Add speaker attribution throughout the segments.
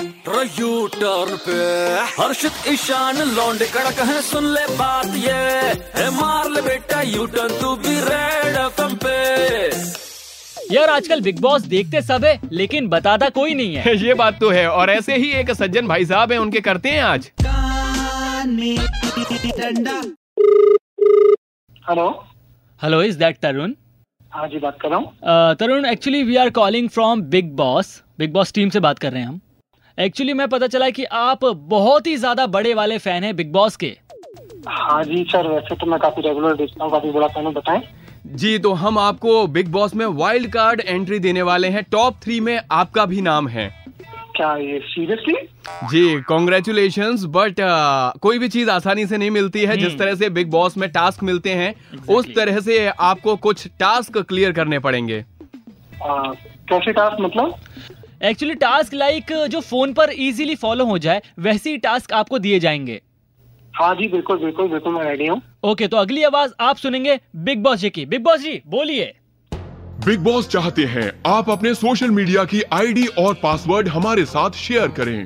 Speaker 1: You turn पे हर्षित ईशान लौंडे कड़क है सुन ले बात ये है मार ले बेटा यू टर्न तू भी रेड एफएम पे
Speaker 2: यार आजकल बिग बॉस देखते सब है लेकिन बताता कोई नहीं है
Speaker 3: ये बात तो है और ऐसे ही एक सज्जन भाई साहब हैं उनके करते हैं आज
Speaker 4: hello
Speaker 2: hello is that Tarun
Speaker 4: हाँ जी बात कर रहा हूँ
Speaker 2: अ, Tarun actually we are calling from Bigg Boss Bigg Boss team से बात कर रहे हैं हम एक्चुअली मैं पता चला कि आप बहुत ही ज्यादा बड़े वाले फैन हैं बिग बॉस के
Speaker 4: हाँ जी सर वैसे तो मैं काफी रेगुलर देखता हूँ काफी बड़ा फैन हूँ बताएं
Speaker 3: जी तो हम आपको बिग बॉस में वाइल्ड कार्ड एंट्री देने वाले हैं टॉप थ्री में आपका भी नाम है
Speaker 4: क्या ये सीरियसली
Speaker 3: जी कॉन्ग्रेचुलेशन बट कोई भी चीज आसानी से नहीं मिलती है जिस तरह से बिग बॉस में टास्क मिलते हैं उस तरह से आपको कुछ टास्क क्लियर करने पड़ेंगे
Speaker 4: कैसे टास्क मतलब
Speaker 2: एक्चुअली टास्क लाइक uh, जो फोन पर इजीली फॉलो हो जाए वैसे ही टास्क आपको दिए जाएंगे
Speaker 4: हाँ जी बिल्कुल बिल्कुल बिल्कुल मैं रेडी हूँ
Speaker 2: ओके तो अगली आवाज आप सुनेंगे बिग बॉस जी की बिग बॉस जी बोलिए
Speaker 5: बिग बॉस चाहते हैं आप अपने सोशल मीडिया की आईडी और पासवर्ड हमारे साथ शेयर करें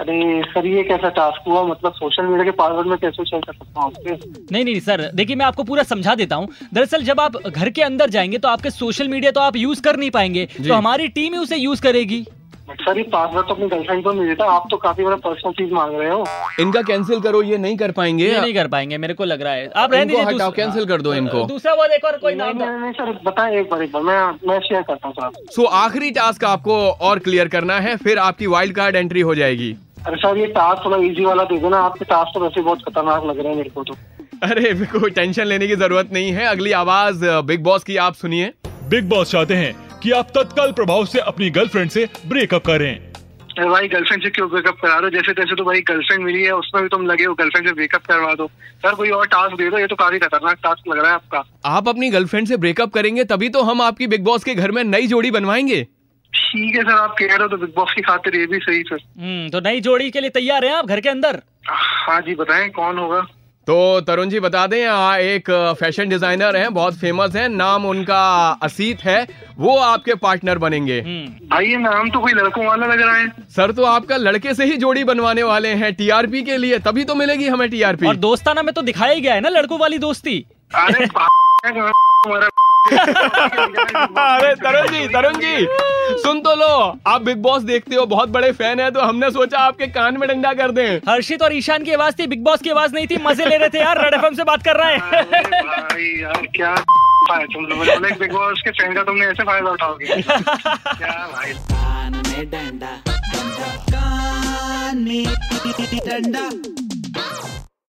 Speaker 4: अरे सर ये कैसा टास्क हुआ मतलब सोशल मीडिया के पासवर्ड में कैसे शेयर कर सकता हूँ आपसे
Speaker 2: नहीं नहीं नहीं, सर देखिए मैं आपको पूरा समझा देता हूँ दरअसल जब आप घर के अंदर जाएंगे तो आपके सोशल मीडिया तो आप यूज कर नहीं पाएंगे तो हमारी टीम ही उसे यूज करेगी
Speaker 4: बट सर ये पासवर्ड तो अपनी गर्लफ्रेंड को नहीं देता आप तो काफी बड़ा पर्सनल चीज मांग रहे हो
Speaker 3: इनका कैंसिल करो ये नहीं कर पाएंगे
Speaker 2: ये नहीं कर पाएंगे मेरे को लग रहा है आप रहने
Speaker 3: इनको
Speaker 2: दीजिए
Speaker 3: हटाओ,
Speaker 2: दूसरा-
Speaker 3: cancel कर दो इनको।
Speaker 2: दूसरा वो देखो और कोई
Speaker 4: नहीं
Speaker 2: नाम
Speaker 4: नहीं नहीं सर बताएं एक बार एक बार मैं मैं शेयर करता हूँ सर आपसे।
Speaker 3: सो आखिरी टास्क आपको और क्लियर करना है फिर आपकी वाइल्ड कार्ड एंट्री हो जाएगी
Speaker 4: अरे सर ये टास्क थोड़ा इजी वाला दे दो ना आपके टास्क तो वैसे बहुत खतरनाक लग रहे हैं मेरे को तो
Speaker 3: अरे कोई टेंशन लेने की जरूरत नहीं है अगली आवाज अ, बिग बॉस की आप सुनिए
Speaker 6: बिग बॉस चाहते हैं कि आप तत्काल प्रभाव से अपनी गर्लफ्रेंड से ब्रेकअप करें
Speaker 4: अरे भाई गर्लफ्रेंड से क्यों ब्रेकअप करा रहे हो जैसे तैसे तो भाई गर्लफ्रेंड मिली है उसमें भी तुम लगे हो गर्लफ्रेंड से ब्रेकअप करवा दो सर कोई और टास्क दे दो ये तो काफी खतरनाक टास्क लग रहा है आपका
Speaker 3: आप अपनी गर्लफ्रेंड से ब्रेकअप करेंगे तभी तो हम आपकी बिग बॉस के घर में नई जोड़ी बनवाएंगे
Speaker 4: ठीक है सर आप कह रहे हो तो बिग बॉस की खातिर ये भी सही सर
Speaker 2: हम्म, तो नई जोड़ी के लिए तैयार हैं आप घर के अंदर
Speaker 4: हाँ जी बताएं कौन होगा
Speaker 3: तो तरुण जी बता दें आ, एक अ, फैशन डिजाइनर हैं बहुत फेमस हैं नाम उनका असीत है वो आपके पार्टनर बनेंगे
Speaker 2: हम्म,
Speaker 4: भाई ये नाम तो कोई लड़कों वाला लग रहा है
Speaker 3: सर तो आपका लड़के से ही जोड़ी बनवाने वाले हैं टीआरपी के लिए तभी तो मिलेगी हमें टीआरपी
Speaker 2: और दोस्ताना में तो दिखाया ही गया है ना लड़कों वाली दोस्ती
Speaker 4: अरे तुम्हारा
Speaker 3: अरे तरुण जी तरुण जी सुन तो लो आप बिग बॉस देखते हो बहुत बड़े फैन है तो हमने सोचा आपके कान में डंडा कर दें
Speaker 2: हर्षित और ईशान की आवाज थी बिग बॉस की आवाज नहीं थी मजे ले रहे थे यार रेड एफएम से बात कर रहे हैं
Speaker 4: अरे भाई यार क्या है तुम लोगों ने मतलब बिग बॉस के फैन का तुमने ऐसे फायदा उठाओगे क्या भाई
Speaker 7: कान में डंडा डंडा कान में डंडा